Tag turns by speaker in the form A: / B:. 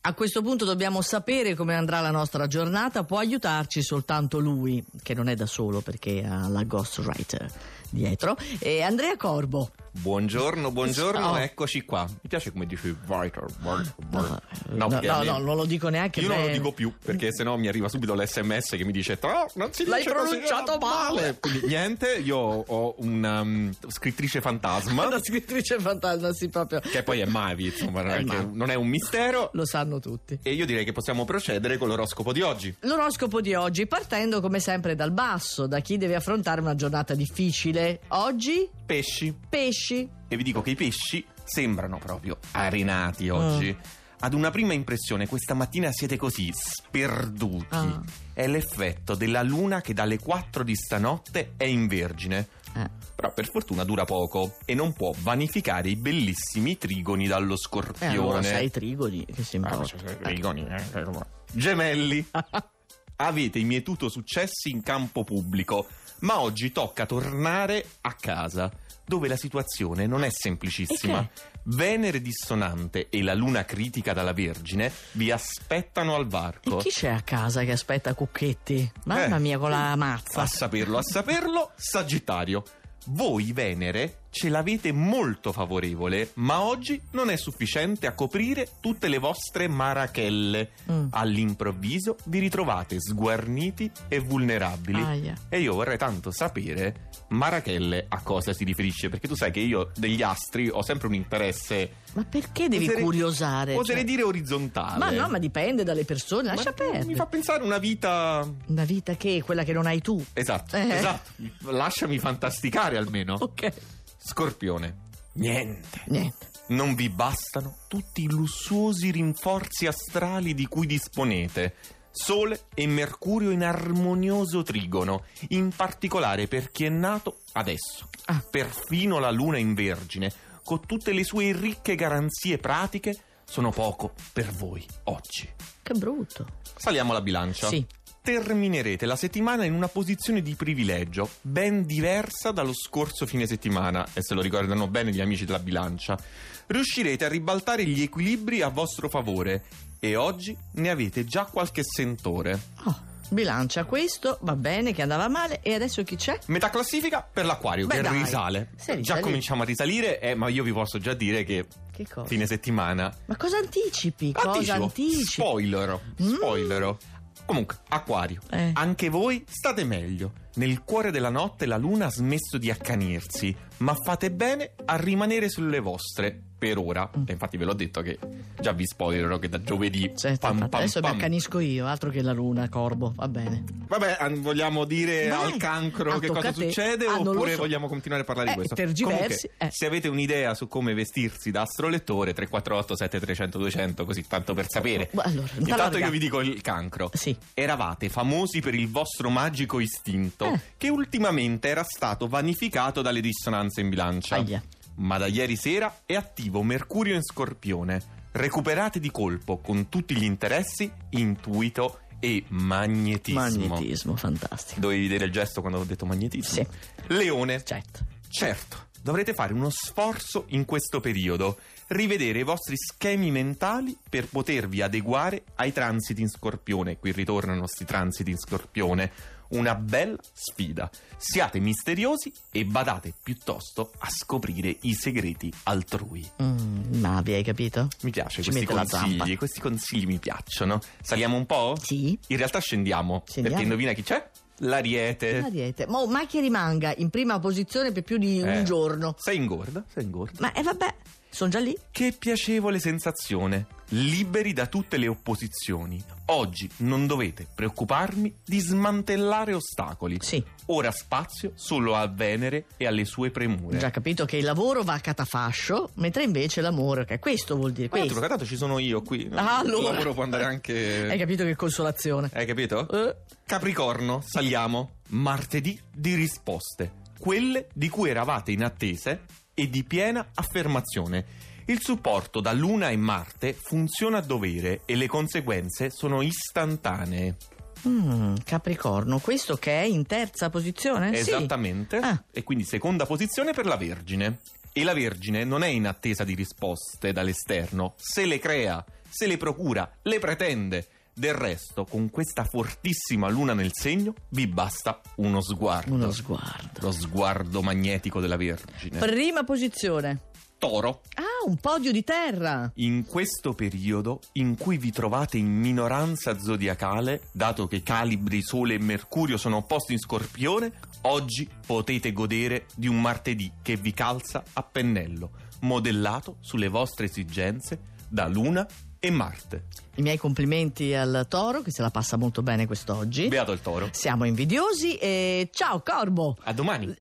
A: A questo punto dobbiamo sapere come andrà la nostra giornata, può aiutarci soltanto lui, che non è da solo perché ha la ghostwriter dietro, e Andrea Corbo.
B: Buongiorno, buongiorno,
A: Ciao.
B: eccoci qua. Mi piace come dici cioè, writer, writer, writer.
A: Ah, no,
B: perché
A: no,
B: a me-
A: no, non lo dico neanche
B: Io non lo
A: bene.
B: dico più perché sennò mi arriva subito l'SMS che mi dice "No, non si dice
A: L'hai
B: così,
A: pronunciato
B: no,
A: male."
B: Quindi niente, io ho una um, scrittrice
A: La
B: fantasma
A: scrittrice fantasma, sì, proprio.
B: che poi è Mavi, insomma, non è,
A: Eh,
B: che-
A: ma-
B: non è un mistero
A: Lo sanno tutti.
B: e io direi che possiamo procedere con l'oroscopo di oggi.
A: L'oroscopo di oggi, partendo come sempre dal basso, da chi deve affrontare una giornata difficile. Oggi,
B: Pesci
A: pesci.
B: e vi dico che i pesci sembrano proprio
A: Ah.
B: arenati oggi. Ad una prima impressione, questa mattina siete così sperduti.
A: Ah.
B: È l'effetto della luna che dalle 4 di stanotte è in vergine.
A: Eh.
B: Però per fortuna dura poco e non può vanificare i bellissimi trigoni dallo
A: Eh, allora sei
B: scorpione.
A: trigoni, che si
B: Ah,
A: importa.
B: ma c'è- trigoni, eh, eh, eh. Gemelli, avete mietuto successi in campo pubblico, ma oggi tocca tornare a casa, dove la situazione non è semplicissima.
A: E
B: Venere dissonante e la luna critica dalla Vergine vi aspettano al
A: E
B: varco.
A: chi c'è a casa che aspetta Cucchetti? Mamma
B: Ecco. Eh,
A: mia, con la mazza.
B: A saperlo, a saperlo, Sagittario. Voi Venere ce l'avete molto favorevole, ma oggi non è sufficiente a coprire tutte le vostre marachelle.
A: Mm.
B: All'improvviso vi ritrovate sguarniti e vulnerabili.
A: Aia.
B: E io vorrei tanto sapere Marachelle a cosa si riferisce, perché tu sai che io degli astri ho sempre un interesse.
A: Ma perché devi
B: Oserei-
A: curiosare?
B: Oserei
A: Cioè-
B: dire orizzontale.
A: Ma no, ma dipende dalle persone, lascia
B: Ma
A: perdere.
B: Mi fa pensare una vita
A: Una vita che è quella che non hai tu.
B: Esatto,
A: Eh.
B: esatto. Lasciami fantasticare almeno.
A: Ok.
B: Scorpione. Niente.
A: Niente.
B: Non vi bastano tutti i lussuosi rinforzi astrali di cui disponete. Sole e Mercurio in armonioso trigono, in particolare per chi è nato adesso.
A: Ah.
B: Perfino la Luna in Vergine, con tutte le sue ricche garanzie pratiche, sono poco per voi oggi.
A: Che brutto.
B: Saliamo alla bilancia.
A: Sì.
B: Terminerete la settimana in una posizione di privilegio ben diversa dallo scorso fine settimana, e se lo ricordano bene gli amici della bilancia. Riuscirete a ribaltare gli equilibri a vostro favore e oggi ne avete già qualche sentore.
A: Oh, bilancia questo, va bene che andava male e adesso chi c'è?
B: Metà classifica per l'acquario
A: Beh,
B: che
A: dai.
B: risale.
A: Sì, risale.
B: Già cominciamo a risalire, eh, ma io vi posso già dire che
A: Che cosa?
B: fine settimana
A: Ma cosa anticipi? Cosa
B: Anticipo.
A: anticipi?
B: Spoiler.
A: Mm.
B: Spoiler. Comunque, Acquario,
A: Eh.
B: anche voi state meglio. Nel cuore della notte la luna ha smesso di accanirsi, ma fate bene a rimanere sulle vostre per ora.
A: Mm.
B: E infatti ve l'ho detto che già vi spoilerò che da giovedì
A: Certo,
B: pam,
A: infatti,
B: pam,
A: adesso mi
B: pam.
A: accanisco io, altro che la luna, Corbo, va bene.
B: Vabbè, an- vogliamo dire
A: Vai.
B: al cancro
A: Ah,
B: che
A: tocca
B: cosa
A: a te.
B: succede
A: Ah, non lo
B: oppure
A: so.
B: vogliamo continuare a parlare
A: Eh,
B: di questo?
A: tergiversi,
B: Comunque,
A: eh.
B: se avete un'idea su come vestirsi da astrolettore 348 7300 200 così tanto per sapere.
A: Ma Boh, allora,
B: Intanto
A: allarga.
B: io vi dico il cancro.
A: Sì.
B: Eravate famosi per il vostro magico istinto
A: Eh.
B: che ultimamente era stato vanificato dalle dissonanze in bilancia.
A: Aia.
B: Ma da ieri sera è attivo Mercurio in Scorpione. Recuperate di colpo con tutti gli interessi, intuito e magnetismo.
A: Magnetismo, fantastico.
B: Dovevi vedere il gesto quando ho detto magnetismo.
A: Sì,
B: Leone,
A: certo.
B: certo, dovrete fare uno sforzo in questo periodo, rivedere i vostri schemi mentali per potervi adeguare ai transiti in scorpione. Qui ritornano questi transiti in scorpione. Una bella sfida. Siate misteriosi e badate piuttosto a scoprire i segreti altrui.
A: Mm, ma vi hai capito?
B: Mi piace
A: Ci
B: questi
A: mette la
B: consigli,
A: zampa.
B: questi consigli mi piacciono. Saliamo un po'?
A: Sì.
B: In realtà scendiamo,
A: Scendiamo.
B: perché indovina chi c'è? L'ariete.
A: La diete. Mo- ma che rimanga in prima posizione per più di un
B: Eh.
A: giorno.
B: Sei ingorda? Sei ingorda.
A: Ma e vabbè, sono già lì.
B: Che piacevole sensazione. Liberi da tutte le opposizioni. Oggi non dovete preoccuparmi di smantellare ostacoli.
A: Sì,
B: Ora spazio solo a Venere e alle sue
A: ho
B: premure.
A: già capito che il lavoro va a catafascio, mentre invece l'amore, che questo vuol dire
B: Ma
A: questo.
B: altro, tanto ci sono io qui.
A: Ah,
B: Il
A: allora.
B: lavoro può andare
A: Hai
B: anche...
A: capito che consolazione.
B: Hai capito?
A: Eh,
B: Capricorno, saliamo. Martedì di risposte, quelle di cui eravate in attesa e di piena affermazione. Il supporto da Luna e Marte funziona a dovere e le conseguenze sono istantanee.
A: mm, Capricorno, questo che è in terza posizione? Eh, Sì.
B: Esattamente.
A: Ah.
B: E quindi seconda posizione per la Vergine. E la Vergine non è in attesa di risposte dall'esterno, se le crea. se le procura, le pretende. Del resto, con questa fortissima luna nel segno, vi basta uno sguardo.
A: Uno sguardo.
B: Lo sguardo magnetico della Vergine.
A: Prima posizione.
B: Toro.
A: Ah, un podio di terra.
B: In questo periodo in cui vi trovate in minoranza zodiacale, dato che Calibri, Sole e Mercurio sono opposti in Scorpione, oggi potete godere di un martedì che vi calza a pennello, modellato sulle vostre esigenze da Luna e Marte.
A: I miei complimenti al toro che se la passa molto bene quest'oggi.
B: Beato il Toro.
A: Siamo invidiosi e ciao Corbo.
B: A domani.